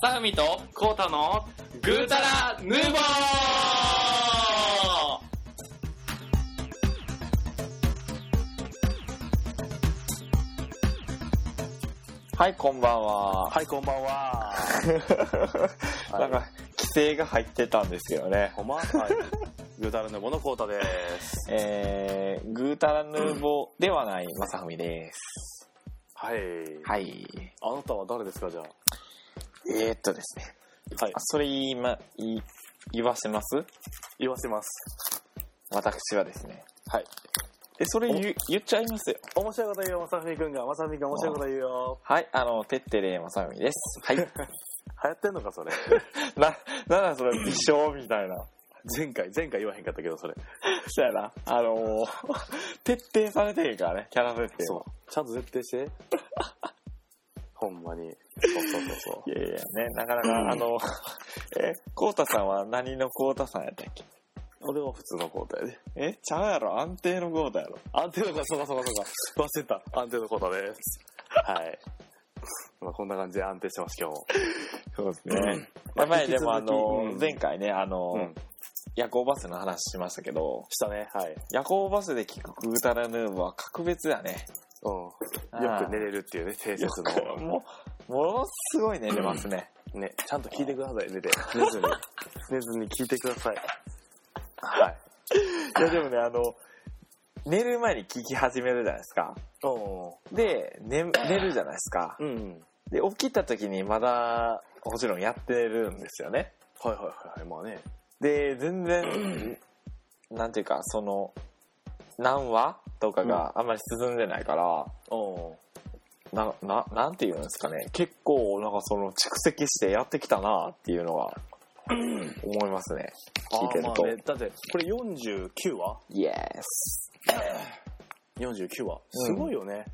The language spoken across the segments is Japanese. タフミとコータのグータラヌーボーはい、こんばんは。はい、こんばん は。なんか、規制が入ってたんですよね。ほんまはい。グータラヌーボーのコータです。えー、ぐーたらヌーボーではない、まさふみです。はい。はい。あなたは誰ですか、じゃあ。えー、っとですね。はいあ。それ言いま、言い、言わせます言わせます。私はですね。はい。え、それ言う言っちゃいますよ。面白いこと言うよ、まさふみくんが。まさふみくん面白いこと言うよ。はい、あの、てってれまさふみです。はい。流行ってんのか、それ。 な、なんだそれ、微笑みたいな。 前回、前回言わへんかったけど、 それ。そうやな。あのー、 徹底されてるからね、キャラ設定は。う。ちゃんと絶対して。 ほんまに。そうそうそうそうい。やいや、ね、なかなか、あの、 え、こうたさんは何のこうたさんやったっけ俺は普通の交代で。え、ちゃうやろ安定のゴータやろ安定の方、そうかそうかそうか。忘れてた。安定の方だです。はい。まあこんな感じで安定してます、今日も。そうですね。やばい、引き続きでもあの、うん前回ね、あの、うん。夜行バスの話しましたけど、したね、はい。夜行バスで聞くグータラヌーボーは格別だね。うん。よく寝れるっていうね、定よ説くの。もう、ものすごい寝れますね。ね、ちゃんと聞いてください、寝 て。寝ずに。寝ずに聞いてください。はい。いや、でもね、あの、寝る前に聞き始めるじゃないですか。おで、寝、寝るじゃないですか。うんうん。で、起きた時にまだ、もちろんやってるんですよね。はいはいはいはい、まあね。で全然なんていうかその何話とかがあんまり進んでないから、おなななんていうんですかね結構なんかその蓄積してやってきたなっていうのが思いますね聞いてると、だって、これ49話イエス ?49 話。うんすごいよね。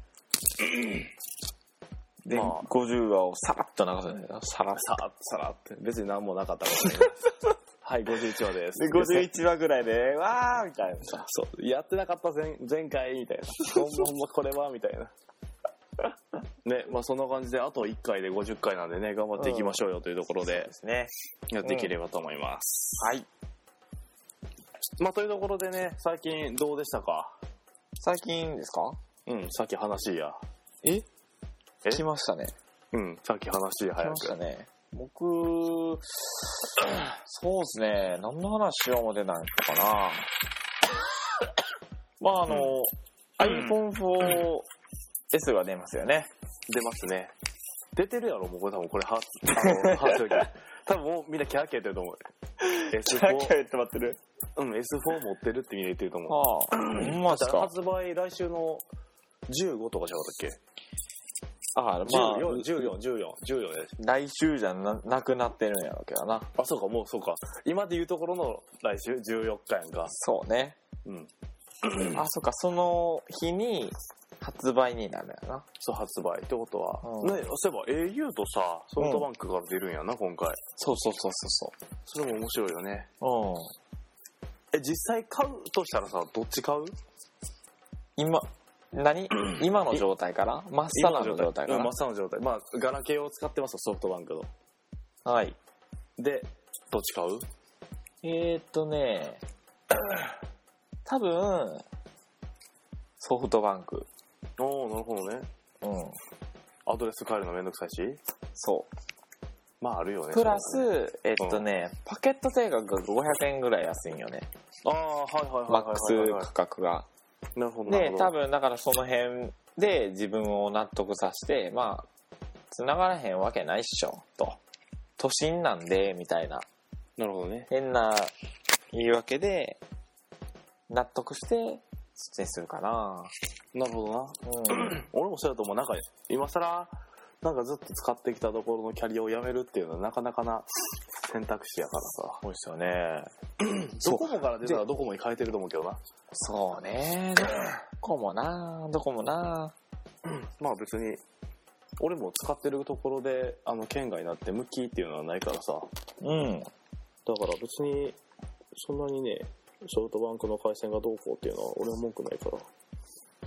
で、まあ50話をさらっと流すんだよさらっさら、さらって。別に何もなかったから ねはい、51話です。 51話ぐらいでわーみたいなさそう。やってなかった前前回みたいな。ほんまほんまこれはみたいな。 ね、まあそんな感じで、あと1回で50回なんでね、頑張っていきましょうよというところでで、すねやっていければと思います。はいまあというところでね、最近どうでしたか最近ですかうん、さっき話や。ええ来ましたねうん、さっき話や、来早ましたく。ね。僕、そうですね、何の話しようも出ないのかな。まあ、あの、iPhone4S が出ますよね。出ますね。出てるやろ、もうこれ多分これ、 は、あの、はす多分もうみんなキャーキャー言ってると思う。S4、って待ってる。うん、S4 持ってるってみんな言ってると思う。ああ、ほんまっすか。発売来週の15とかじゃなかったっけあまあ、 14、14、14、14です。来週じゃななくなってるんやろうけどな。あ、そうか、もうそうか。今で言うところの来週14日やんか。そうね。うん。あ、そっか、その日に発売になるんやな。 そう、発売ってことは。うんね、そういえば au とさ、ソフトバンクが出るんやな、今回。そうそうそうそそれも面白いよね。うそう。うん。え、実際買うとしたらさ、どっち買う今、 何今の状態から真っさらの状態かうんら真っ。青の状態。まあ、ガラケーを使ってますよソフトバンクの。はい。で、どっち買うえー、っとね、多分、ソフトバンク。おー、なるほどね。うん。アドレス変えるのめんどくさいし。そまあ、あるよう。ね。プラそれはねス、えっとね、パケット定額が500円ぐらい安いんよね。ああ、はいはいはいマはッいクはいはいス価格が。なるほど、なるでほ、ど。多分、だからその辺で自分を納得させて、まあ、繋がらへんわけないっしょ、と。都心なんで、みたいな。なるほどね。変な言い訳で、納得して、出演するかな。なるほどな。うん。俺もそうやと思うなんか今更なんかずっと使ってきたところのキャリアをやめるっていうのはなかなかな選択肢やからさそうですよね。そう ドコモから出たらドコモに変えてると思うけどなそうね。どこもな、どこもな。まあ別に俺も使ってるところであの県外になって向きっていうのはないからさだうん。から別にそんなにねソフトバンクの回線がどうこうっていうのは俺は文句ないから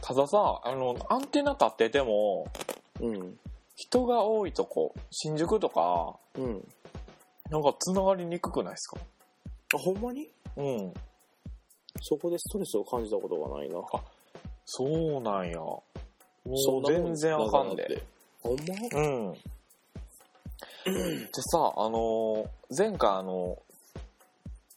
たださ、あの、アンテナ立ってても、うん人が多いとこ、新宿とか、うん。なんか繋がりにくくないですかあ、ほんまにうん。そこでストレスを感じたことがないな。そうなんや。もうなも全然あかんだで。って。ほんまうん。でさ、あのー前回あの、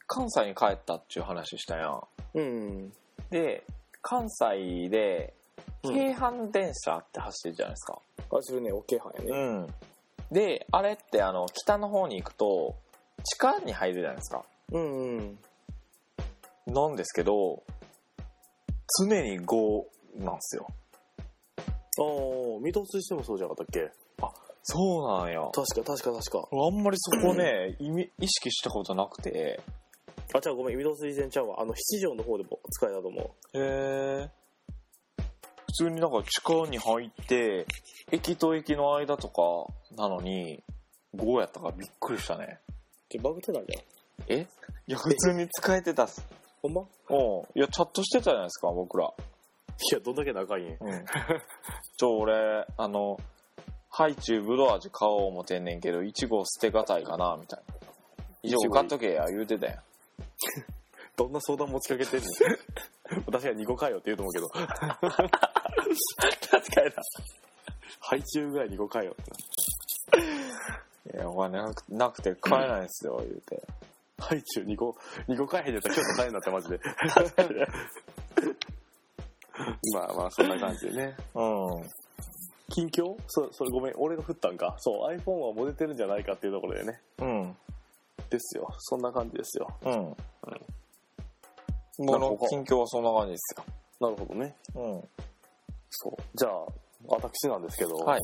関西に帰ったっていう話したやん。うん。で、関西で、うん京阪電車って走ってるじゃないですか。あ、するね、オッケーはんやね。ん。で、あれってあの、北の方に行くと、地下に入るじゃないですか。うんうん。なんですけど、常に5なんですよ。ああ、見通ししてもそうじゃなかったっけそうなんや。確か確か確か。あんまりそこね、意味意識したことなくて。あ、じゃあごめん、御堂筋線ちゃうわ。あの、七条の方でも使えたと思う。へえ。普通になんか地下に入って、駅と駅の間とかなのに、5やったからびっくりしたね。ちょバグってたんじゃん。いや、普通に使えてたっす。ほんまいうん。いや、チャットしてたじゃないですか、僕ら。や、どんだけ仲いいん うん。ちょ、俺、あの、ハイチュウブドウ味買おう思てんねんけど、イチゴ捨てがたいかな、みたいな。イチゴ買っとけや、言うてたやん。どんな相談持ちかけてんの 私は2個かよって言うと思うけど。確かに配中ぐらい2個かよってな。いや、お金なくなくて買えないんすよ、言うて。配中2個、2個買えへんやったら今日買えんなってマ ジで。まあまあ、そんな感じでね。うん。近況そそれごめん、俺が振ったんか。そう、iPhone はモデてるんじゃないかっていうところでね。うん。ですよ。そんな感じですよ。うん。な僕るほのど近況はそんな感じですなるほどね。よ。そう。じゃあ、私なんですけど、うん。はい。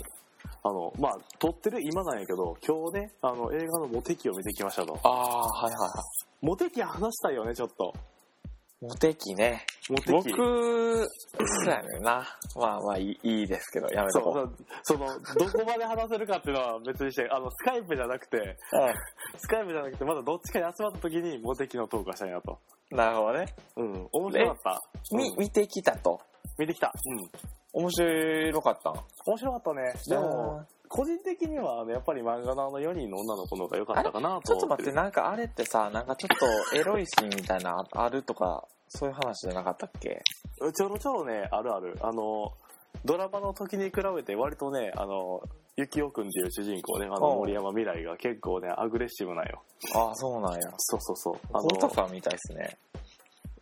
あの、まあ、撮ってる今なんやけど、今日ね、あの、映画のモテキを見てきましたと。ああ、はいはいはモテキ話したいよね、ちょっと。い。モテ期ね。モテ僕、キ。そうやねんな。まあまあいい、いいですけど、やめそとこう。うその、どこまで話せるかっていうのは別にして、あの、スカイプじゃなくて、スカイプじゃなくて、まだどっちかに集まった時にモテキのトークがしたいなと。なるほどね。うん、面白かった。みう、ん見てきたと。見てきた。うん。面白かったん面白かったね。でも、、個人的には、ね、やっぱり漫画のあの4人の女の子の方が良かったかなちとょっと思っ待てって、る。なんかあれってさ、なんかちょっとエロいシーンみたいなあるとか、そういう話じゃなかったっけちょろちょろね、あるある。あの、ドラマの時に比べて割とね、あの、ゆきおくんっていう主人公ね、あのうん森山未来が結構ね、アグレッシブなんよ。ああ、そうなんや。そうそうそう。ああの、の、かみたいですね。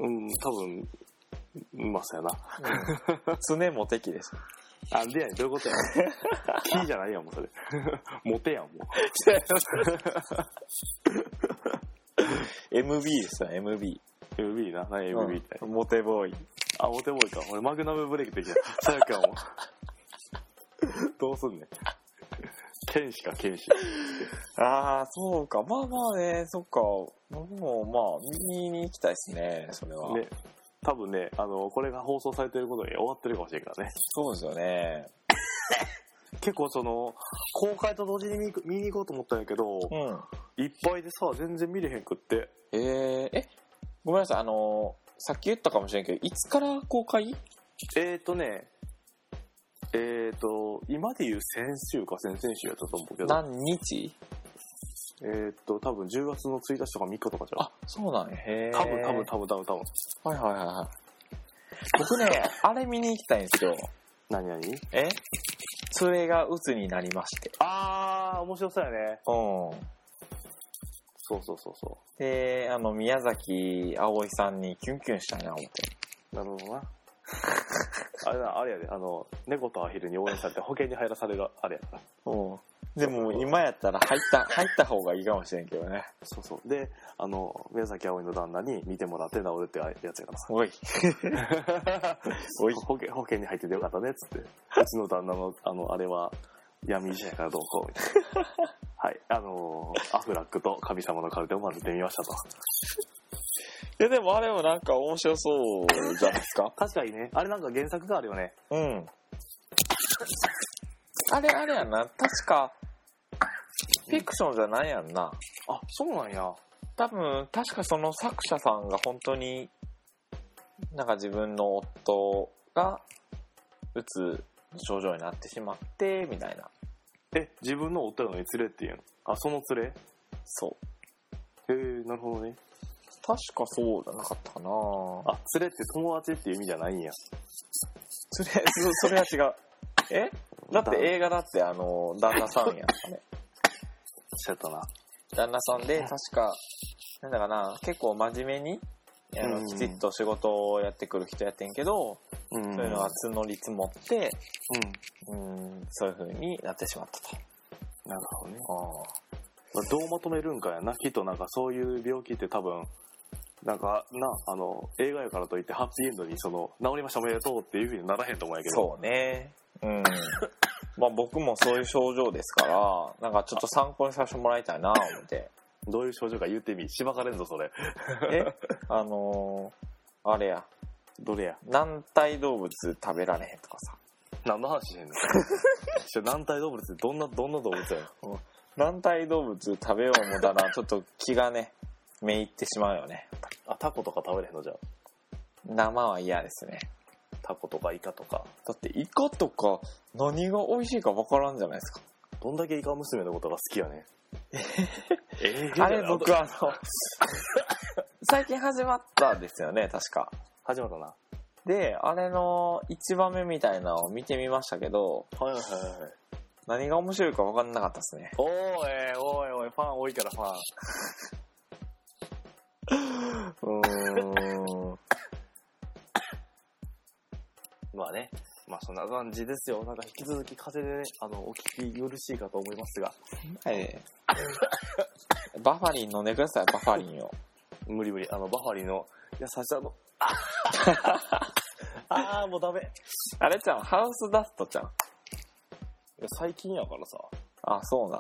うん、多分、うんまあそうやな。常モテ期です。あ、でやねんどうい うことやねん。キーじゃないやん、もうそれ。 モテやん、も MB ですよ、MB。う。MB な、何 MB みたいな。モテボーイ。あ、モテボーイか。俺、マグナムブレイクできない。さやかも。 どうすんねん。剣士か、剣士。ああ、そうか。まあまあね、そっか。僕もまあ、見に行きたいですね、それは。ね。多分ね、あの、これが放送されてることに終わってるかもしれんからね。そうですよね。結構その、公開と同時に見に行く見に行こうと思ったんやけど、うん。いっぱいでさ、全然見れへんくって。えー、え、ごめんなさい、あのーさっき言ったかもしれんけど、いつから公開えーとね、えーと、今で言う先週か先々週やったと思うけど、何日えーと、多分10月の1日とか3日とかじゃん。あ、そうなんや。へー多分多分。多分多分多は分。いはいはいはい。僕ね、 あれ見に行きたいんですよ。何何えそれが鬱になりまして。あー、面白そうやね。うん。そうそうそうそで、あの、宮崎葵さんにキュンキュンしたいな、思って。う。なるほどな。 あれな、あれやで、あの、猫とアヒルに応援されて保険に入らされるあれやから。うん。でも、今やったら入った、入った方がいいかもしれんけどね。そうそう。で、あの、宮崎葵の旦那に見てもらって治るってやつやからさ。おい。おい。保険保険に入っててよかったねっつってうちの旦那のあのあれは闇医者やからどうこうみ たいなはいあのーアフラックと神様のカルテを混ぜてみましたといや、でもあれもなんか面白そうじゃないですか。確かにねあれなんか原作があるよねうん。あれあれやな、確か、フィクションじゃないやんな。あそうなんや多分、確かその作者さんが本当に、なんか自分の夫が、うつ症状になってしまって、みたいな。え、自分のおったのに連れっていうのあ、その連れへそう。えなるほどね。確かそうじゃなかったかなあ、あ、連れって友達っていう意味じゃないんや。それ、そそれは違う。えだって映画だってあの、旦那さんやったね。そうやったな。旦那さんで、確か、なんだかな、結構真面目に、あうのんきちっと仕事をやってくる人やってんけど、うんそういうのが募り積もって、うん。うん、そういう風になってしまったと。なるほどね。まあどうまとめるんかやな。きっとなんかそういう病気って多分、なんか、な、あの、映画やからといってハッピーエンドにその、治りましたおめでとうっていうふうにならへんと思うんやけど。そうね。 うん。まあ僕もそういう症状ですから、なんかちょっと参考にさせてもらいたいな、思 って。どういう症状か言ってみ。しばかれんぞ、それ。え、あのーあれや、どれや。軟体動物食べられへんとかさ。何の話してん のちょ軟体動物ってどんな、どんな動物やの軟体動物食べようもだな、ちょっと気がね、めいってしまうよね。あ、タコとか食べれへんのじゃあ。生は嫌ですね。タコとかイカとか。だってイカとか何が美味しいかわからんじゃないですか。どんだけイカ娘のことが好きやねん。 えあれ僕あの、 最近始まったんですよね、確か。始まったな。はで、あれの一番目みたいなのを見てみましたけど、いはいはいはい。何が面白いか分かんなかったですね。おーい、おいおい、ファン多いからファン。うーん。 まあね、まあそんな感じですよ。なんか引き続き風邪でね、あの、お聞き苦しいかと思いますが、はい。バファリン飲んでください、バファリンを。無理無理、あの、バファリンの優しさの、 ああーもうダメ。いあれちゃん、ハウスダストちゃん。や最近やからさ。あ、そうな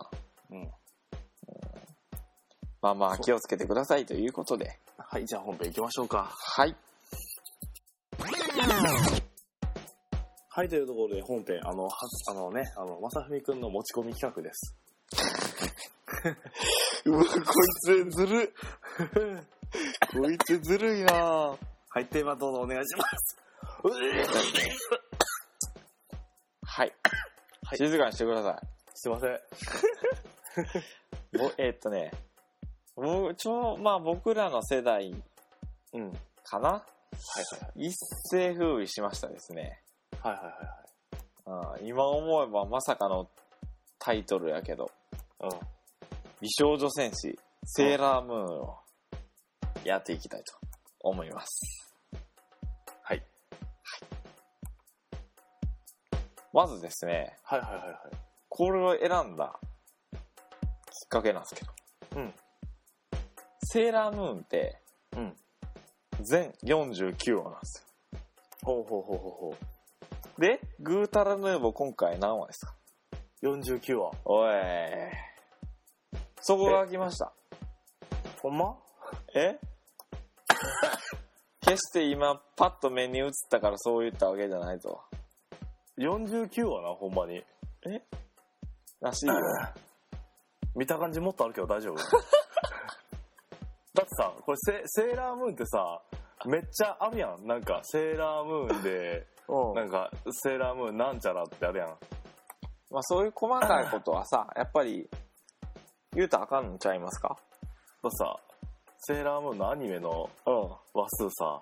ん。うん。まあまあ、気をつけてくださいということで。はい、じゃあ本編行きましょうか。はい。はい、というところで本編、あの、はあのね、あの、まさふみくんの持ち込み企画です。 うわ、こいつずる。 こいつずるいなはい、テーマどうぞお願いします。 はい。はい静かにしてくださすいません。い。ぼえーっとね、ぼちょう、まあ僕らの世代うん。はいかなはいはい。一世風靡しましたですね。はいはいはいはい。あー今思えばまさかのタイトルやけど、うん。美少女戦士、セーラームーンをやっていきたいと思います。はい。まずですね、はいはいはいはい。これを選んだきっかけなんですけど。うん。セーラームーンって、うん。全49話なんですほうほうほうほうほう。よ。で、グータラヌーボー今回何話ですか49話。おい。そこが来ました。ほんまえ 決して今パッと目に映ったからそう言ったわけじゃないと。 ?49 話な、ほんまに。らしいよ。見た感じもっとあるけど 大丈夫だってさ、これセセーラームーンってさ、めっちゃあるやん。なんか、セーラームーンで、 う。なんんか、セーラームーンなんちゃらってあるやん。まあそういう細かいことはさ、やっぱり言うたらあかんのちゃいますかとさ、セーラームーンのアニメのうん。話数さ、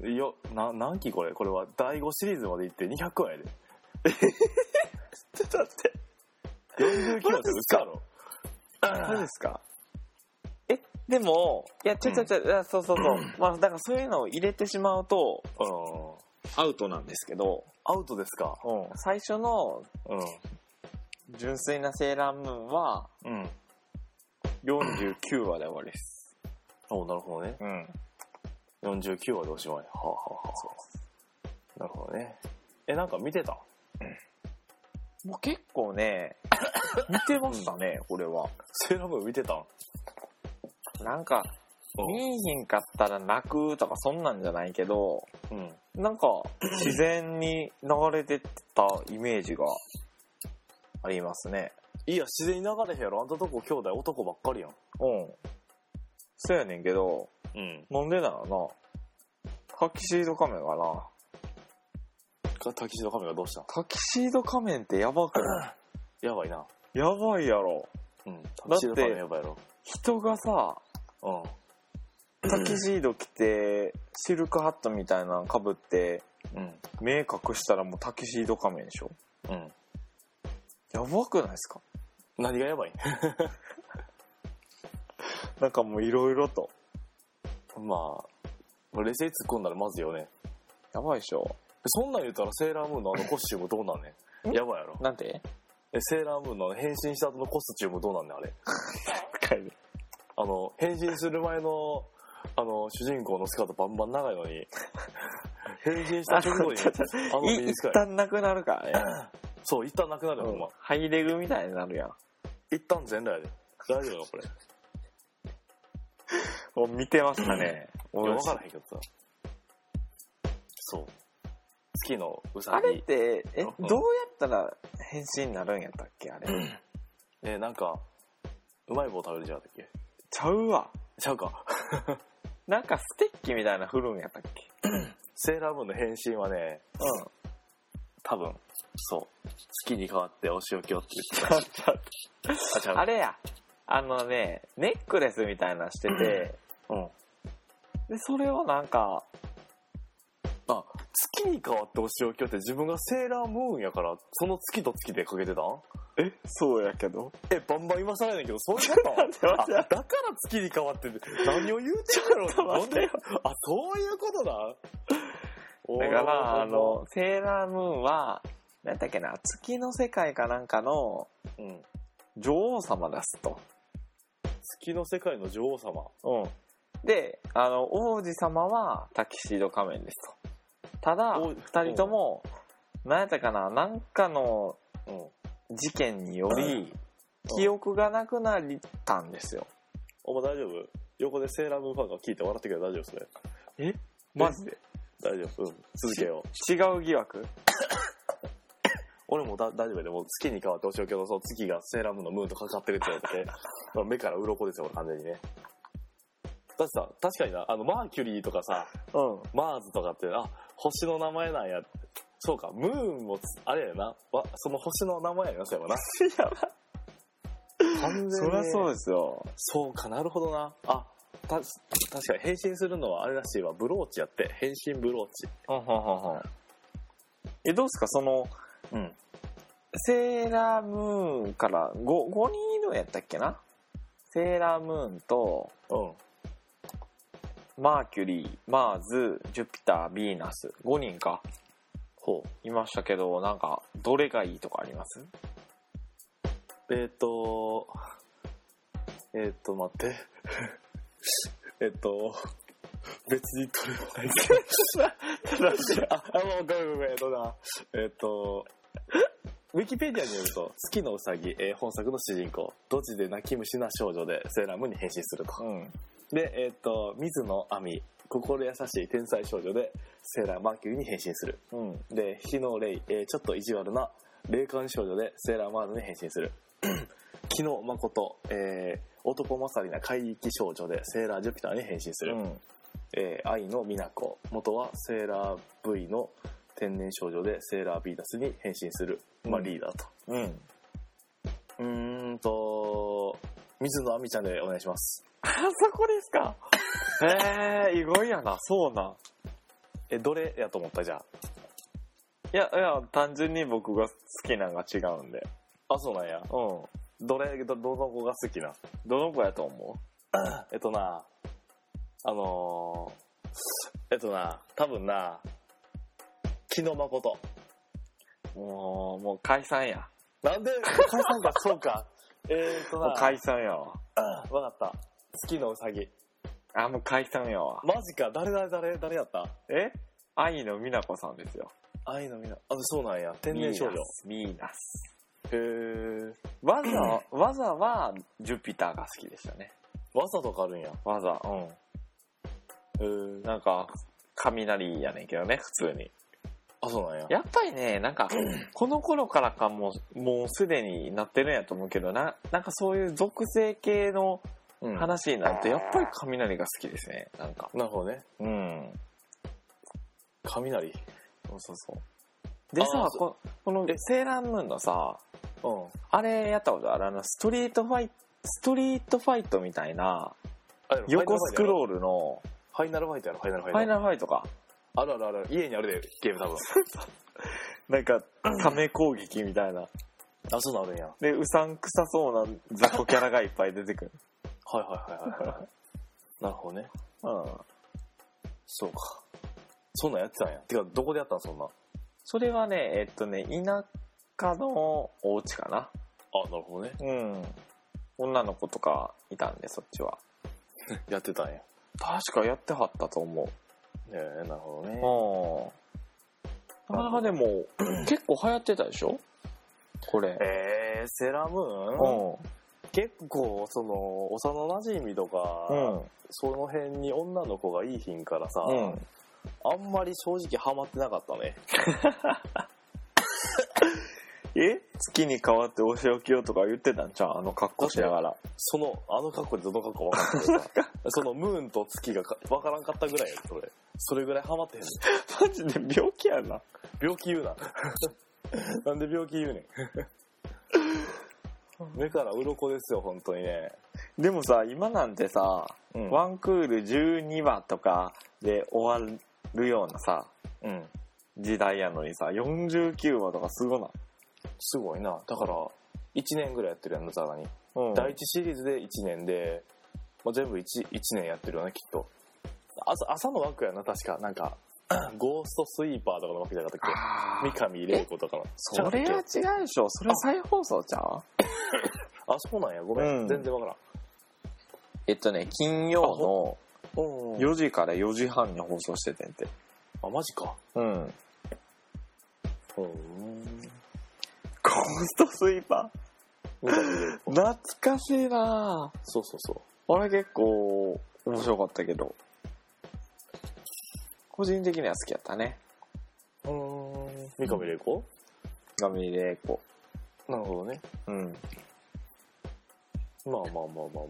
うん。よ、な、何期これこれは第5シリーズまで行って200話やで。 ちょっと待って。 49話って嘘やろマジですかえ、でも、いや、ちょちょちょ、いやそうそうそう。まあ、だからそういうのを入れてしまうと、うん。アウトなんですけど、アウトですかうん、最初のう純粋なセーラームーンは、ん。うん。 49話で終わりです。おなるほどね。うん。 49話でおしまい。はあ、はあはあ、なるほどね。え、なんか見てたもう結構 ね、見てましたね、これは。セーラームーン見てたんなんか、見えへんかったら泣くとかそんなんじゃないけど、うん。なんか、 自然に流れてったイメージがありますね。いや、自然に流れへんやろ。あんたとこ兄弟男ばっかりやん。うん。そうやねんけど、うん。なんでなのな。タキシード仮面かな。タキシードカメラどうした タキシード仮面ってやばくないやばいな。やばいやろうん。だってシードさんのやばいやろ。人がさうん。タキシード着てシルクハットみたいなのかぶってうん。目隠したらもうタキシード仮面でしょうん。やばくないですか何がやばい なんかもういろいろと まあ、冷静に突っ込んだらまずいよね。やばいでしょそんなん言うたらセーラームーンのあのコスチュームどうなんねんんやばいやろ。なんでえ、セーラームーンのあの変身した後のコスチュームどうなんねんあれ。あの、変身する前の、あの、主人公のスカートバンバン長いのに、変身した直後に、あのいミニス一カイ。旦なくなるからね、そう、一旦なくなるよ、ほんま。ハイレグみたいになるやん一旦全裸やで。大丈夫よ、これ。お見てましたね、いや、俺わからへんけどさ。そう。月のうさあれっぎ。てえどううんやったら変身になるんやったっけあれ、え、なんか、うまい棒食べるじゃなかったっけちゃうわちゃうか。なんかステッキみたいな振るんやったっけセーラームーンの変身はね、うん多分、そう。月に変わってお仕置きをって言ってちょっとた。あ、ちゃ う。あれやあのねネックレスみたいなのしてて、うん。でそれをなんかあ、月に変わってお仕置きをって自分がセーラームーンやから、その月と月でかけてたんえそうやけどえ、バンバン今更やねんけど、そういうこと 待って待ってあだから月に変わってて、何を言うてんだろうと待ってよなんであ、そういうことだ。だかおーらあ、のセーラームーンはなんだっけな月の世界かなんかのうん、女王様ですと、月の世界の女王様。うん、であの王子様はタキシード仮面ですとただお2人とも何やったかななんかのうん。事件によりうん記憶がなくなったんですよお前大丈夫横でセーラームーンファンが聞いて笑ってくれ大丈夫それ。マジで大丈夫。うん。続けよう。違う疑惑俺もだ大丈夫やで、もう月に変わってお仕置きの、その月がセーラームーンのムーンとかかってるって言われてて、 まあ目から鱗ですよ、俺完全にね。だってさ、確かにな、あの、マーキュリーとかさ、うんマーズとかって、あ、星の名前なんや。そうか、ムーンもつ、あれやな。わその星の名前やな、そうやわな。 完全にそりゃそうですよそうか、なるほどな。あ、た、確かに変身するのはあれらしいわ。ブローチやって。変身ブローチ。ほんほんほんほんえどうですかそのうん。セーラームーンから 5, 5人いるんやったっけなセーラームーンとうん。マーキュリーマーズジュピターヴィーナス5人かほいましたけどなんかどれがいいとかありますう。えっ、と、えっ、と、待って。 えっと、別に取れないけど あ、あ、もうごめんごめん、えっとな。えっと、ウィキペディアによると、月のうさぎ、えー本作の主人公、ドジで泣き虫な少女でセーラームーンに変身すると。うんで、えっ、と、水野亜美、心優しい天才少女で、セーラーマーキュリーに変身する。うんで、日野レイ、えーちょっと意地悪な霊感少女で、セーラーマーズに変身する。 木野誠、えー男勝りな怪力少女で、セーラージュピターに変身すうる。んえー愛の美奈子、元はセーラー V の天然少女で、セーラービーダスに変身する。まあ、うんリーダーと。うんうーんと、水野亜美ちゃんでお願いします。あそこですかええー、意外やなそうなんえ、どれやと思ったじゃあ。いやいや単純に僕が好きなんが違うんであ、そうなんや。うんどれ、ど、どの子が好きなんどの子やと思えっとな、あのー、えっとな、多分な、木野誠。うもうもう解散やなんで、解散か、そ うか。えっともうな、解散やわわかった。月のうさぎ。あもう解散やわマジか、誰誰誰誰やったえ愛の美奈子さんですよ愛のみな。あ、そうなんや。天然少女。ミーナスへーわざ わざはジュピターが好きでしたねわざとかあるんや。わざうへーんなんか雷やねんけどね普通にあ、そうなんや。やっぱりねなんかこの頃からかももうすでになってるんやと思うけどななんかそういう属性系のうんな話になるとやっぱり雷が好きですねなんかるほどね。うん雷。そうそうそうでさあーここのえセーラームーンのさうん。あれやったことあるあのストリートファイストリートファイトみたいなあれやろ横スクフロールのァイナルファイトやろ、ファイナルファフイァトやイろ。ナルファイトかあるあるある。家にあるで、ゲー ム多分。なんかサメ攻撃みたいなあ、そうなるんや。はでうさんくさそうな雑魚キャラがいっぱい出てくるいはいはい はいはい。なるほどね。うんそうか。そんなんやってたんや。てか、どこでやったんそんな。あ、それはねえっとね田舎のお家かななるほどね。うん女の子とかいたんでそっちはやってたんや。ね確かやってはったと思うえ、なるほどね。うん。なかなかでも、結構流行ってたでしょこれ。えー、セーラームうーンん。結構、その、幼馴染みとか、うん。その辺に女の子がいい品からさ、うん。あんまり正直ハマってなかったね。え月に変わってお仕置きをとか言ってたんちゃうあの格好しながら。その、あの格好でどの格好分かん ないけどさ、そのムーンと月がか分からんかったぐらいやでそれ。それぐらいハマってへんの。 マジで病気やな。病気 言うな。なんで病気言うねん。目から鱗ですよ、本当にね。でもさ、今なんてさ、うんワンクール12話とかで終わるようなさ、うん。時代やのにさ、49話とかすごない。すごいな。だから、1年ぐらいやってるやんな、ザラに。うん第一シリーズで1年で、まあ、全部 1, 一年やってるよねきっと朝朝の枠やな確かなんかゴーストスイーパーとかの枠じゃなかったっあけー三上玲子とかのそれ違うはっ違うでしょ。それは再放送ちゃうけあそうなんやごめん、うん全然わからんえっとね、金曜おの4時から4時半に放送しててんて。あマジかうん。うんゴーストスイーパ三上玲ー子懐かしいなそうそうそうぁあれ結構面白かったけど個人的には好きやったねうん三上玲子ガミレイコなるほどねうんまあまあまあまあまあ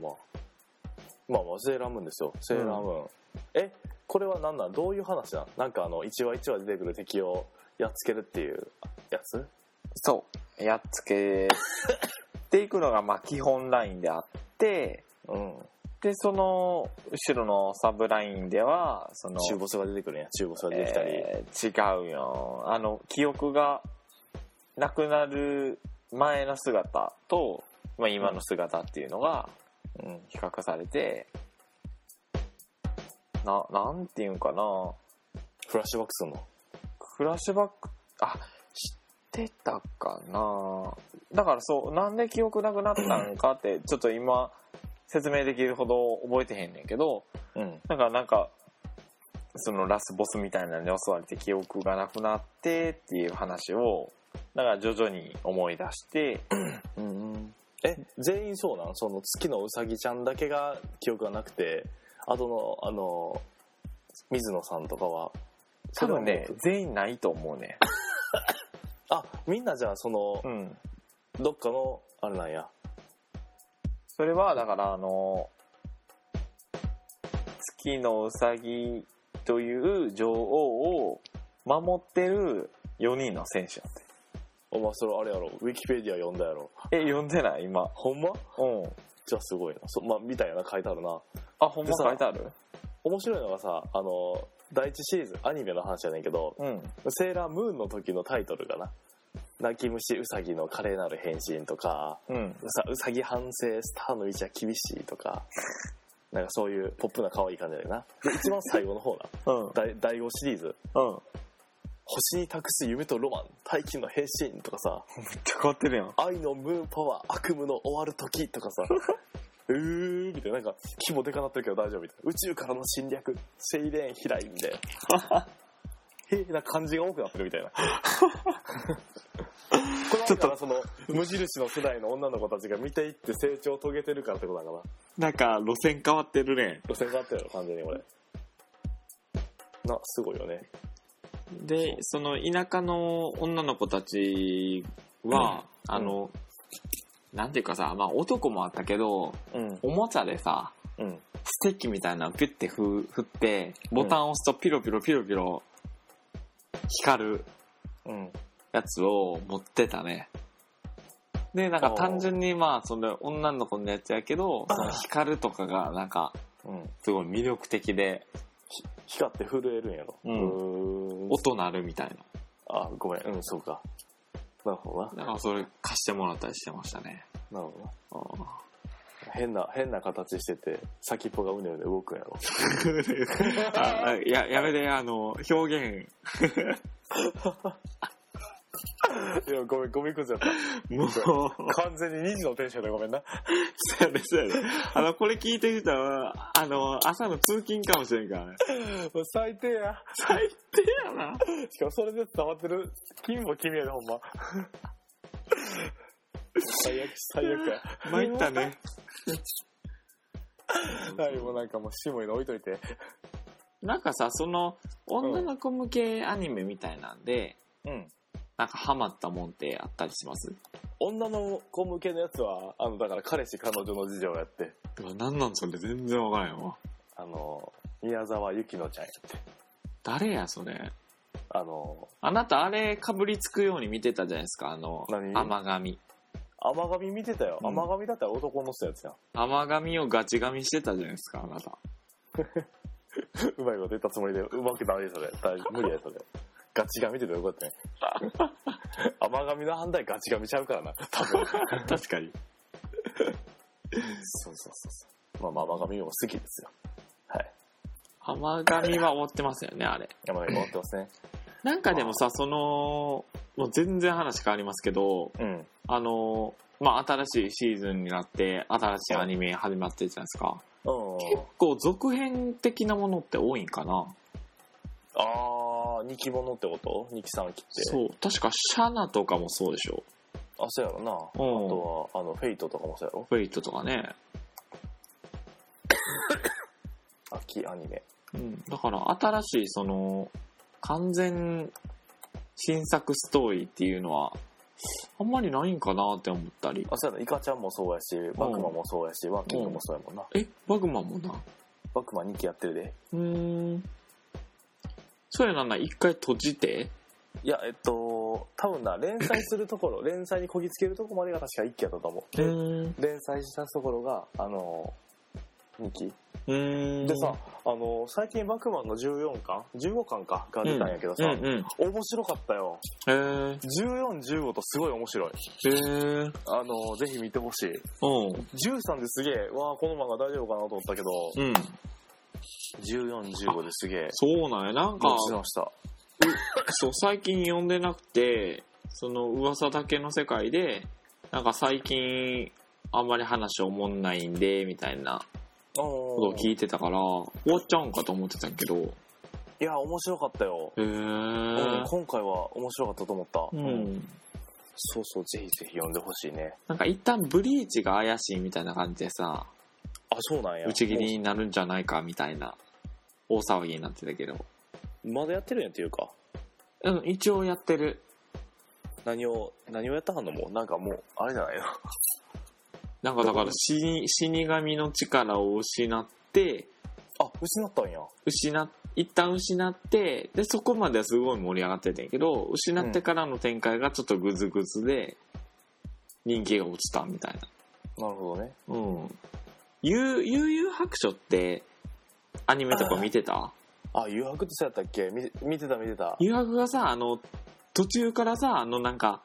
まあまあセーラームーンですよセーラームーン、えこれは何なんどういう話なんなんかあの一話一話出てくる敵をやっつけるっていうやつそうやっつけていくのがまあ基本ラインであってうんでその後ろのサブラインではその中ボスが出てくるんや中ボスが出てきたり、えー違うよあの記憶がなくなる前の姿と、まあ、今の姿っていうのがうん比較されて、ななんていうんかなフラッシュバックするのフラッシュバックあ知ってたかなだからそうなんで記憶なくなったんかってちょっと今説明できるほど覚えてへんねんけどうんだからなんかそのラスボスみたいなのに襲われて記憶がなくなってっていう話をだから徐々に思い出してうんうんえ全員そうなんその月のうさぎちゃんだけが記憶がなくてあとのあの水野さんとかは多分ねそれはも全員ないと思うね、うあみんなじゃあその、うん、どっかのあれなんやそれはだからあの月のうさぎという女王を守ってる4人の選手やっお前それあれやろウィキペディア読んだやろてえ読んでない今ほんまうんじゃあすごいなそまあ見たよな書いてあるなあほんでまさ書いてある面白いのがさあの第一シリーズアニメの話やねんけどうんセーラームーンの時のタイトルかな泣き虫ウサギの華麗なる変身とかうんうさうさぎ反省スターの道は厳しいとかなんかそういうポップな可愛い感じだよなで一番最後の方なうん 第第5シリーズうん「星に託す夢とロマン大金の変身」とかさめっちゃ変わってるやん「愛のムーンパワー悪夢の終わる時」とかさ うーみたいななんか規模でかなってるけど大丈夫みたいな宇宙からの侵略セイレーン開いん でへえな感じが多くなってるみたいな これはだからその無印の世代の女の子たちが見ていって成長を遂げてるからってことなのかななんか路線変わってるね路線変わったよ完全に俺なすごいよねでその田舎の女の子たちは、うんあの、なんていうかさ、まあ、男もあったけどうんおもちゃでさうんステッキみたいなのピュッてふ振ってボタンを押すとピロピロピロピロ光るうんやつを持ってたね。で、なんか単純にまあ、その女の子のやつやけど、その光るとかがなんか、うん、すごい魅力的で、ひ光って震えるんやろううんーん音鳴るみたいあごめんうんそうかなるほどなな。だからそれ貸してもらったりしてましたね。なるほどなうん変な変な形してて先っぽがうねうね動くんやろ あや、やめて、あの、表現、いやごめんゴミくずやったもう、完全に2時のテンションでごめんなそうやね、そうやね。あの、これ聞いてる人は、あの、朝の通勤かもしれんからね。もう最低や最低やな。しかもそれで伝わってる君も君やでほんま最悪最悪や参ったね。はいもうなんかもうシムに置いといてなんかさ、その、女の子向けアニメみたいなんで、うんなんかハマったもんってあったりします女の子向けのやつはあのだから彼氏彼女の事情やって何なんそれ全然わからんわ。あの宮沢ゆきのちゃんやって誰やそれ。あのあなたあれかぶりつくように見てたじゃないですか、あの、何甘髪。甘髪見てたようん甘髪だったら男の人やつやん甘髪をガチ髪してたじゃないですか、あなた。うまいこと言ったつもりでうまくないそれ大丈夫無理やそれガチ髪ってどういうことね 甘髪の反対ガチ髪ちゃうからな多分確かに。そうそうそうそう。まあ、まあ甘神も好きですよ。はい。甘髪は追ってますよね、あれ。山神も持ってますね。なんかでもさ、その、もう全然話変わりますけど、うん。あの、まあ、新しいシーズンになって、新しいアニメ始まってるじゃないですか。結構続編的なものって多いんかなあー、二期ものってこと二期三期って。そう確かシャナとかもそうでしょあ、そうやろな。あうんとは、あの、フェイトとかもそうやろフェイトとかね、秋アニメ。うん、だから新しいその完全新作ストーリーっていうのはあんまりないんかなって思ったりあ、そうやな。イカちゃんもそうやし、バクマもそうやし、ワンキングもそうやもんな。えバグマンもなバクマ二期やってるで。うーんそうやなんな一回閉じていや、えっと、多分な、連載するとこ ろ、連載にこぎつけるところまでが確か一期やったと思う。うーん連載したところが、あの、二期。うーんでさ、あの、最近バクマンの14巻 ?15 巻かが出たんやけどさ、うんうん面白かったよへー1415とすごい面白いへーあのぜひ見てほしいうん13ですげえわあこの漫画大丈夫かなと思ったけどうん1415ですげえそうなんやなんか持ち直したそう、最近読んでなくて、その噂だけの世界で、なんか最近あんまり話おもんないんで、みたいなことおを聞いてたから、終わっちゃうんかと思ってたけど、へいや面白かったよ、え。うん今回は面白かったと思った、ううんん。そうそうぜひぜひ読んでほしいねなんか一旦ブリーチが怪しいみたいな感じでさ、あそうなんや打ち切りになるんじゃないかみたいな、大騒ぎになってたけど。まだやってるんやっていうかうん、一応やってる。何を何をやったはんのもうなんかもうあれじゃないのなんかだから死に死神の力を失って、あ失ったんや失っ一旦失ってでそこまではすごい盛り上がってたんやけど失ってからの展開がちょっとグズグズで人気が落ちたみたいななるほどねうん悠悠々白書ってアニメとか見てたあ誘白ってそうやったっけ見見てた見てた誘白がさあの途中からさあのなんか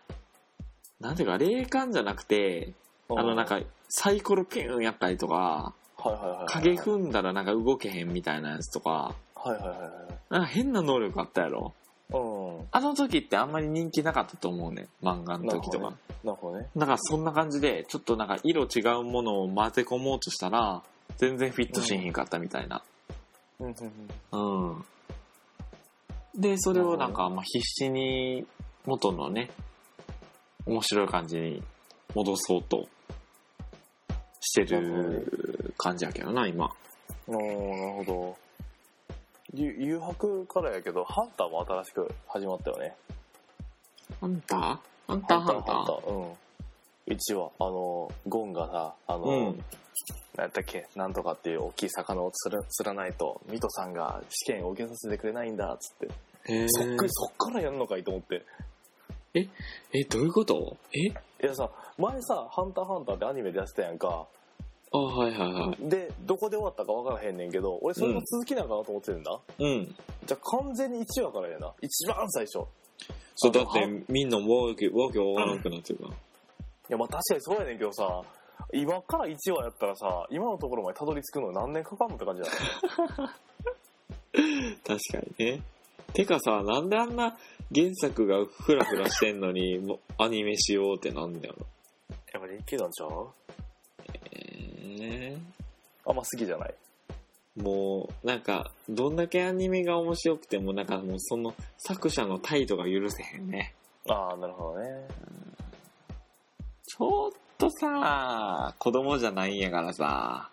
なんていうか霊感じゃなくてあのなんはかサイコロピュンやったりとかいはいはいはい影踏んだらなんか動けへんみたいなやつとかはいはいはいはいなんか変な能力あったやろうん。あの時ってあんまり人気なかったと思うね。漫画の時となかる。なるほどね。だからそんな感じで、ちょっとなんか色違うものを混ぜ込もうとしたら、全然フィットしへんかったみたいな。うんうんうん。で、それをなんかまあ必死に元のね、面白い感じに戻そうとしてる感じやけどな、今。うん。おーなるほど。ゆ誘白からやけど、ハンターも新しく始まったよね。ハンターハンターハンター。ー。うん。一話、あの、ゴンがさ、あの、うん。なんやったっけ、なんとかっていう大きい魚を釣ら釣らないと、ミトさんが試験を受けさせてくれないんだ、つって。へーそっくり、そっからやるのかいと思って。ええどういうことえいやさ前さ「ハンターハンター」ってアニメでやってたやんかあはいはいはいでどこで終わったか分からへんねんけど俺それの続きなんかなと思ってるんだ、うんじゃあ完全に1話からやな一番最初そうあだってみんなわけわけわからなくなってるから、いやまあ確かにそうやねんけどさ今から1話やったらさ今のところまでたどり着くの何年かかんのって感じだね確かにねてかさなんであんな原作がフラフラしてんのに もうアニメしようってなんだよな やっぱ人気なんちゃうえあんま好きじゃないーもうなんかどんだけアニメが面白くてもなんかもうその作者の態度が許せへんねああなるほどねちょっとさ子供じゃないんやからさ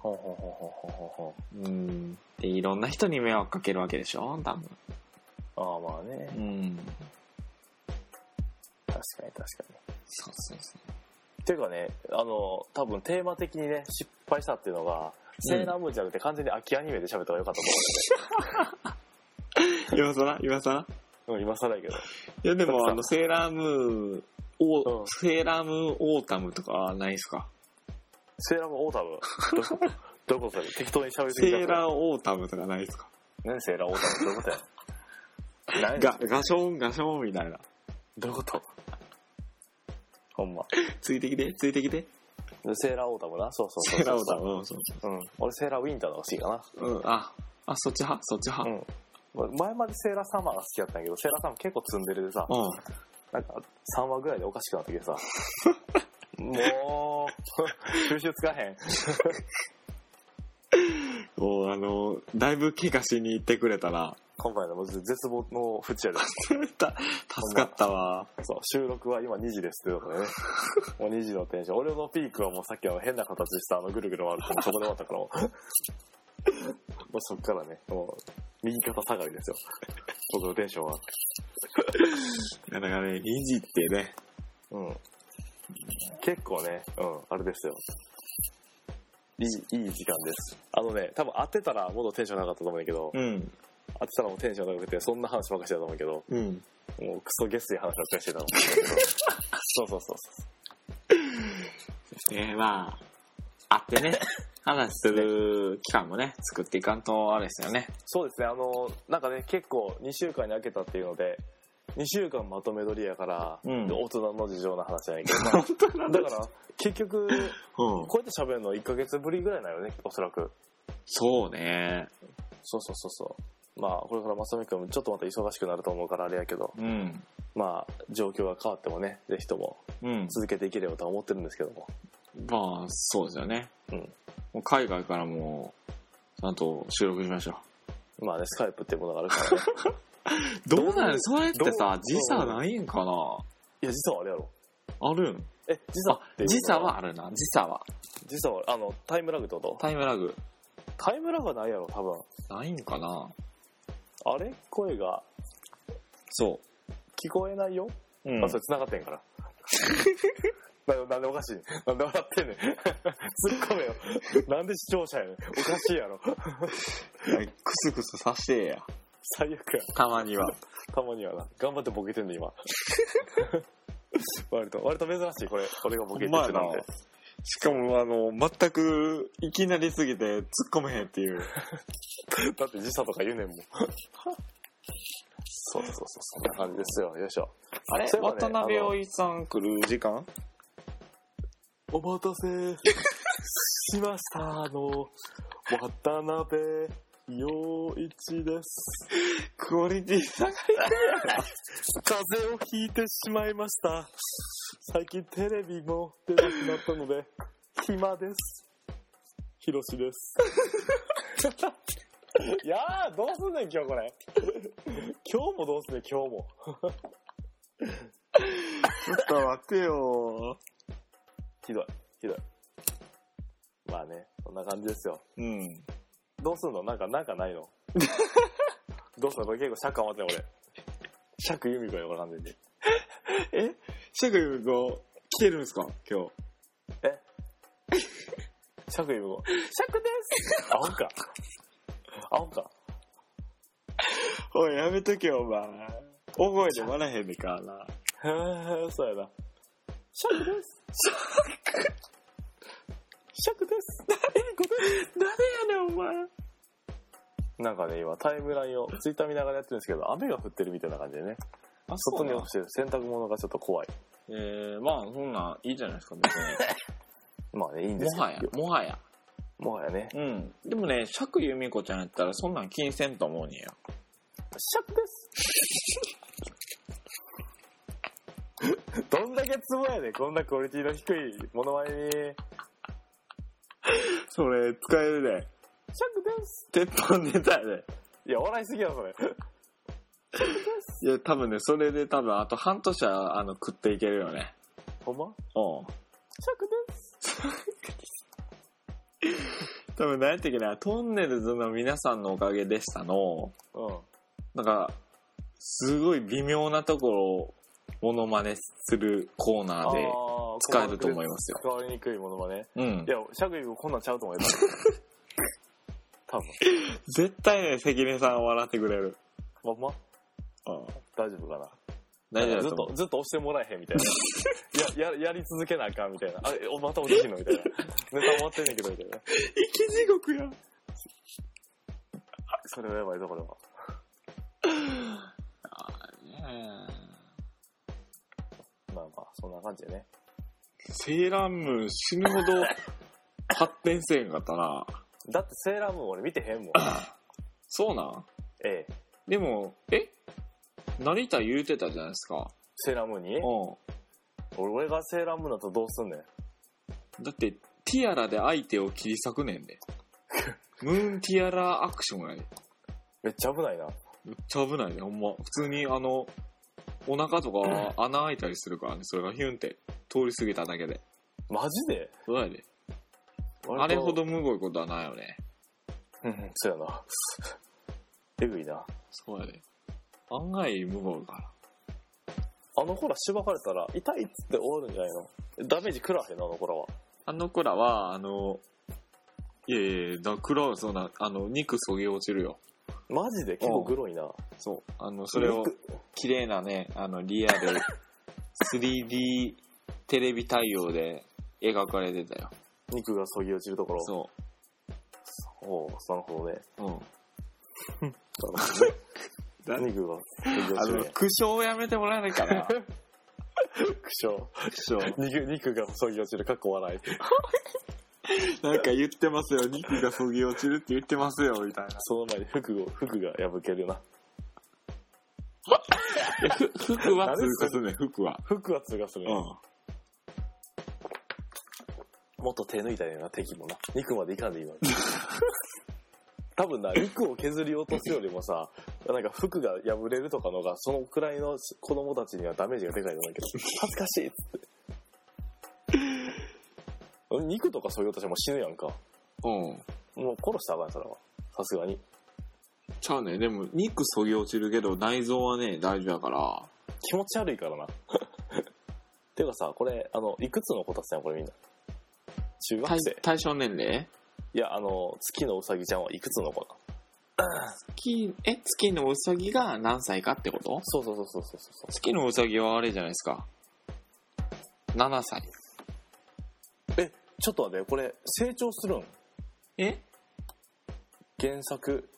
ほんほんほんほんほんほんほうんでいろんな人に迷惑かけるわけでしょ多分んああまあねうん確かに確かにそうそうそうっていうかねあの多分テーマ的にね失敗したっていうのがセーラームーンじゃなくて完全に秋アニメで喋った方がよかった今さ今さと思う、うん、今更やけどいやでもさあのセーラームーンお、うんセーラームーンオータムとかはないですかセーラームーンオータムどういうこと どういうことそれ適当に喋りすぎセたーーラーオータムとかないですか何セーラーオータムどういうことや 何ガガションガションみたいなどういうことほんまついてきてついてきてセーラーオータムなそうそうそうセーラーオータムムうんそううん俺セーラーウィンターの方が好きかうんああそっち派そっちな派うん前までセーラーサマーが好きだったんやけどセーラーサマー結構ツンデレでさうんなんか3話ぐらいでおかしくなって きてさもう 収集つかへんもうあのだいぶ怪我しに行ってくれたら 今回のもう絶望のフチやでた助かったわそう収録は今2時ですってことでねもう2時のテンション俺のピークはもうさっきの変な形したあのぐるぐる回るってもうそこで終わったからもうもうそっからねもう右肩下がりですよ僕のテンションは、いやだからねいじってねうん、結構ね、うん、あれですよいいいい時間ですあのね多分当てたらもっとテンション上がったと思うんだけどうん当てたらもうテンション上がくてそんな話ばっかりしてたと思うけどうんもうクソゲスい話ばっかりしてたと思うんだけどそうそうそうそうえー、まあ、会って ね、話する期間もね、作っていかんと、あれですよね。そうですね、あの、なんかね、結構2週間に開けたっていうので、2週間まとめ撮りやから、うん大人の事情の話じゃないけど、まあだから、結う局、ん。こうやって喋るの1ヶ月ぶりぐらいなのよね、おそらく。そうね。そうそうそうそう。まあ、これからまさみくんもちょっとまた忙しくなると思うからあれやけど、うん。まあ、状況が変わってもね、ぜひともうん。続けていければとは思ってるんですけども。まあ、そうですよね。うんもう海外からも、ちゃんと収録しましょう。まあね、スカイプっていうものがある からね。どううななんんそれっどてうさ、時差ないんかないや、実はあれやろ。あるんえ、時差っていうの時差はあるな。時差は。時差は、あの、タイムラグってことタイムラグ。タイムラグはないやろ、多分。ないんかなあれ声がそ聞こえないよ、う。うんあそれ繋がってんから ななんでおかしいなんで笑ってんねん 突っ込めよなんで視聴者やねんおかしいやろいやクスクスさしてや。最悪やたまには。たまにはな頑張ってボケてんねん今 割と割と珍しいこれこれがボケてるってなんでしかも、あの、全く、いきなりすぎて、突っ込めへんっていう。だって時差とか言うねん もんそうそうそうそんな感じですよよいしょあれそういえばね渡辺あの葵さん来る時間お待たせしましたあの渡辺陽一ですクオリティ高い。風邪をひいてしまいました最近テレビも出なくなったので暇ですひろしですい やーどうすんねん今日これ今日もどうすんねん今日もちょっと待ってよ。ひどいひどいまあねそんな感じですようん。どうすんのなんかなんかない のどうすんのこれ結構尺余ってる俺尺由美子よこれ完全にえシェクユゴ、来てるんですか今日。 尺由美子尺ですあほんかあほんかおい、やめとけよ、お前。大声で笑えへんでからな。へえそうやなシャークですシャークシャー クです誰やねん、お前。なんかね今タイムラインをツイッター見ながらやってるんですけど雨が降ってるみたいな感じでねあ、外になん落ちてる洗濯物がちょっと怖いえー、まあ、そんなんいいじゃないですか、別まあねいいんに。ですもはやけ、どもはや。もはやねうん。でもね、釈由美子ちゃんやったら、そんなん気にせんと思うねや。シャークです どんだけツボやねんこんなクオリティの低いモノマネにシャークそれ、使えるで。です鉄板ネタやで。いや笑いすぎやそれいや、多分ね、それで多分、あと半年は、あの、食っていけるよね。ほんまうん。シャークです多分、何やったっけな、トンネルズの皆さんのおかげでしたの、うんなんか、すごい微妙なところを、モノマネするコーナーで、あー使えると思いますよ使われにくいものまねうんい。やシャグリもこんなんちゃうと思います多分絶対ね、関根さんは笑ってくれる。ほんまうん。大丈夫かな大丈夫だずっと思うとずっと押してもらえへんみたい なやややり続けなあかんみたいなあえおまた落ちひんのみたいなネタ終わってんねんけどみたいな生き地獄やそれはやばいところはまあまあそんな感じでねセーラームーン死ぬほど発展せえへんかったな だってセーラームーン俺見てへんもんそうなんええでもえ成田言うてたじゃないですかセーラームーンにう俺俺がセーラームーンだとどうすんねんんだってティアラで相手を切り裂くねんで ムーンティアラアクションやでめっちゃ危ないなめっちゃ危ないねほんま普通にあのお腹とか穴開いたりするからねそれがヒュンって通り過ぎただけでマジでそうやであれほどむごいことはないよねうんうんそうやな えぐいなそうやで案外むごいからあの子らしばかれたら痛いっつって終わるんじゃないのダメージ食らわへんのあの子らはあの子らは、あの、いやいやいや、だ黒はそんな、あの、肉そぎ落ちるよ。マジで結構グロいなそう。あの、それを、肉綺麗なね、あの、リアル、3D テレビ対応で描かれてたよ。肉がそぎ落ちるところそおうなるほどねう。うん。 なるほどね肉がそぎあ落ちるの、ね苦笑をやめてもらえないかな。苦笑苦笑。肉肉がそぎ落ちるかっこ笑いなんか言ってますよ。肉がそぎ落ちるって言ってますよ、みたいな。その前に服を服が破けるな服はは通通過過すね、服は。服は通過するうね、ん。もっと手抜いたよな敵もな肉までいかんで今 多分な肉を削り落とすよりもさなんか服が破れるとかのがそのくらいの子供たちにはダメージがでかいんだけど恥ずかしいっつって肉とかそういうとしたらもう死ぬやんかうん。もう殺したらあかんやそれはさすがにちゃうね。でも、肉そぎ落ちるけど、内臓はね、大事だから。気持ち悪いからな ていうかさこれあのいくつの子たちだよこれみんな中学対生対象年齢いやあの月のうさぎちゃんはいくつの子だ月、え、月のうさぎが何歳かってことそうそうそうそうそうそう月のうさぎはあれじゃないですか。7歳。えちょっと待ってこれ成長するんえ原作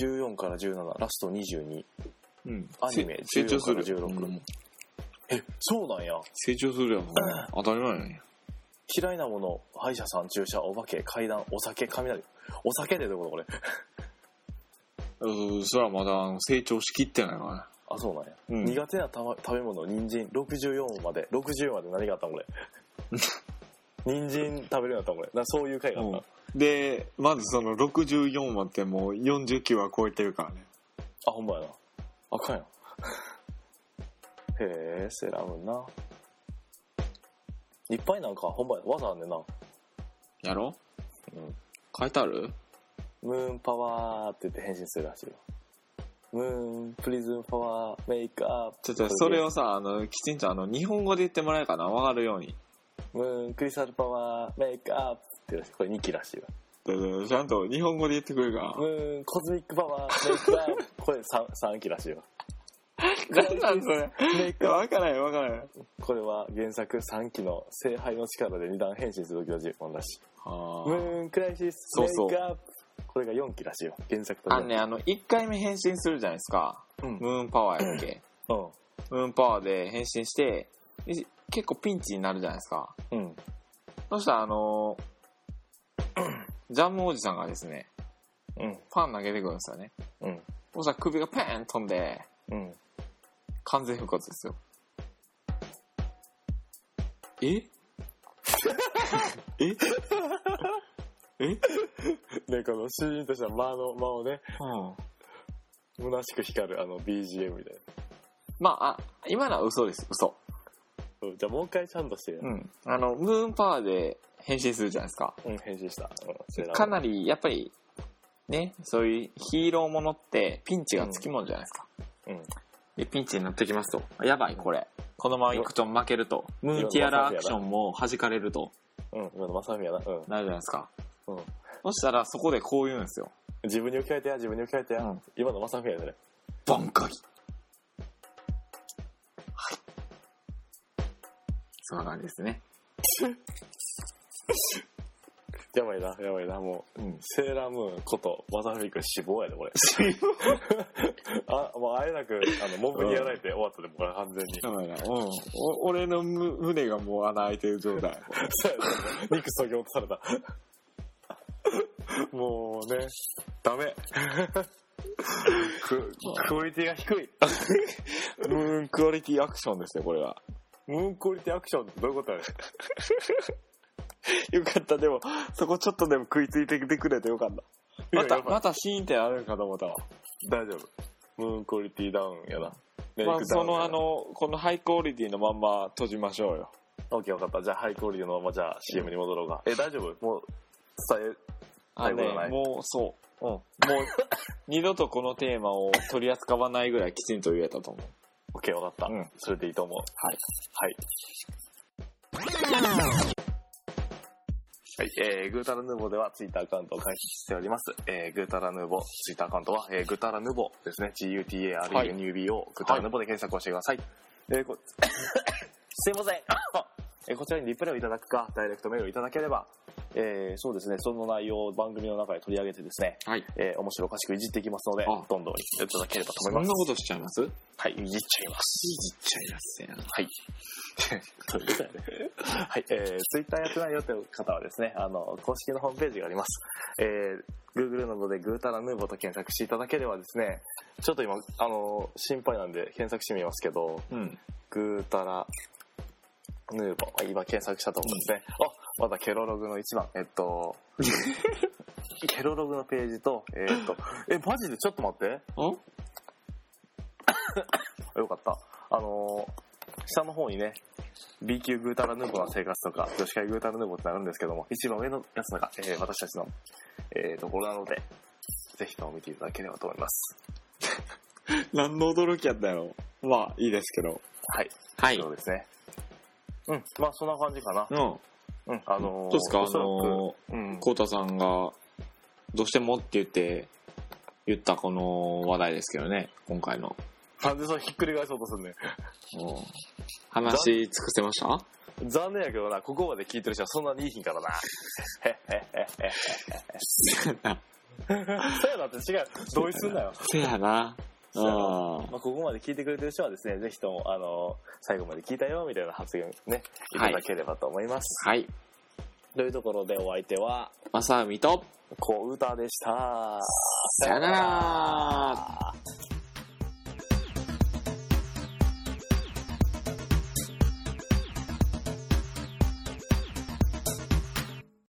14から17ラスト22うん。アニメせ成長する16よ。うんえそうなんや成長するよ。うん当たり前やね。嫌いなもの歯医者さん注射お化け階段お酒雷お酒でどういうことこれうん、それはまだあの成長しきってないからね。あそうなんや、うん苦手なたま食べ物人参64まで64まで何があったん これ人参食べるようになったんこれなそういう回があった、うんで、まずその64話ってもう49話超えてるからね。あほんまやなあかんやんへえセーラームーンないっぱいなんかほんまやわざあんねんなやろうん書いてあるムーンパワーって言って変身するらしいよムーンプリズムパワーメイクアップちょっとそれをさ、あの、きちんとあの、日本語で言ってもらえるかなわかるように。ムーンクリスタルパワーメイクアップってらしいこれ2期らしいわちゃんと日本語で言ってくれるかムーンコズミックパワーメイクアップこれ 3, 三期らしいわ 何なんそれ。メイ クわからないわからない。これは原作3期の聖杯の力で二段変身する時の呪文だしムあーンクライシスそうそうメイクアップこれが4期らしいよ原作とあのね、あの、1回目変身するじゃないですか。うんムーンパワーやっけ。うんムーンパワーで変身して、で結構ピンチになるじゃないですか。うんそしたら、あの ージャムおじさんがですね、うんパン投げてくるんですよね。うんそしたら首がペーン飛んで、うん完全復活ですよ。えええでこのシーンとした間の間をねうん。虚しく光るあの BGM みたいなまあ、あ、今のは嘘です、嘘。そうじゃあもう一回ちゃんとして、うん。あの、ムーンパワーで変身するじゃないですか。うん、編集した、うん、かなり、やっぱり、ね、そういうヒーローものってピンチがつきもんじゃないですか。うんで、ピンチになってきますと。あやばい、これ。このままいくと負けると。ムーンティアラアクションも弾かれると。うん今のまさみやなうんなるじゃないですか。うんそしたら、そこでこう言うんですよ。自分に置き換えてや自分に置き換えてや、うん今のまさみやねバンカギ。そんな感じですね。やばいなやばいなもううん。セーラームーンことまさみくん死亡やでこれ あもうあえなくあのモブにやられて終わったでもうこれ完全にだから、うん。お俺のむ船がもう穴開いてる状 態。そうやね肉そぎ落とされ たもうねダメククオリティが低いムーンクオリティアクションですよ、これは。ムーンクオリティアクションってどういうことやねんよかった、でも、そこちょっとでも食いついてきてくれてよかった。まいた、ややばいまたシーンってあるんかと思ったわ。大丈夫ムーンクオリティダウンやなまメイクダウンやあ、なそのあの、このハイクオリティのまんま閉じましょうよ。オッケー分かった。じゃあ、ハイクオリティのまま、じゃあ CM に戻ろうが。え、大丈夫もう、伝あの最後だね、ねもうそう。え、うん。もう、二度とこのテーマを取り扱わないぐらいきちんと言えたと思う。オッケー分かった。うんそれでいいと思う。はい。はい。はい、えー、グータラヌーボーではツイッターアカウントを開始しております。えー、グータラヌーボー、ツイッターアカウントは、えー、グータラヌーボーですね。はい GUTARUNUBO、グータラヌーボーで検索をしてください。えーこ すいません。 えーこちらにリプレイをいただくか、ダイレクトメールをいただければ、えー、そうですね、その内容を番組の中で取り上げてですね、はい。えー、面白おかしくいじっていきますので、あどんどんいただければとそん思いなます。ことしちゃいますいはい、いじっちゃいます。じっちゃいますやん。はい。ということで はい、えー、ツイッターやってないよという方はですね、あの、公式のホームページがあります。えー、Google などでグータラヌーボーと検索していただければですね、ちょっと今、あの、心配なんで検索してみますけど、うん。グータラヌーボー、今検索したと思うんですね。あ、まだケロログの一番、えっと、ケロログのページと、えーっと、え、マジでちょっと待って。およかった。あのー下の方にね、B 級グータラヌーボーの生活とか、女子会グータラヌーボーってあるんですけども、一番上のやつが、えー私たちの、えーところなので、ぜひとも見ていただければと思います。何の驚きやったやろ。まあ、いいですけど。はい。はそうですね。うん。まあ、そんな感じかな。うん。どうん。あのーうですかあおそらくの、うん。コウタさんが、どうしてもって言って、言ったこの話題ですけどね、今回の。なんでそれひっくり返そうとすんねうん。ん話し尽くせました残念やけどな、ここまで聞いてる人はそんなにいいひんからな。へっへっへっへ。 そうやなって違う。同意すんなよ。せや な。う。そうやなんまあ、ここまで聞いてくれてる人はですね、ぜひとも、あの、最後まで聞いたよ、みたいな発言ね、いはいただければと思います。はい。というところでお相手は、まさみと、こう歌でした。さよなら。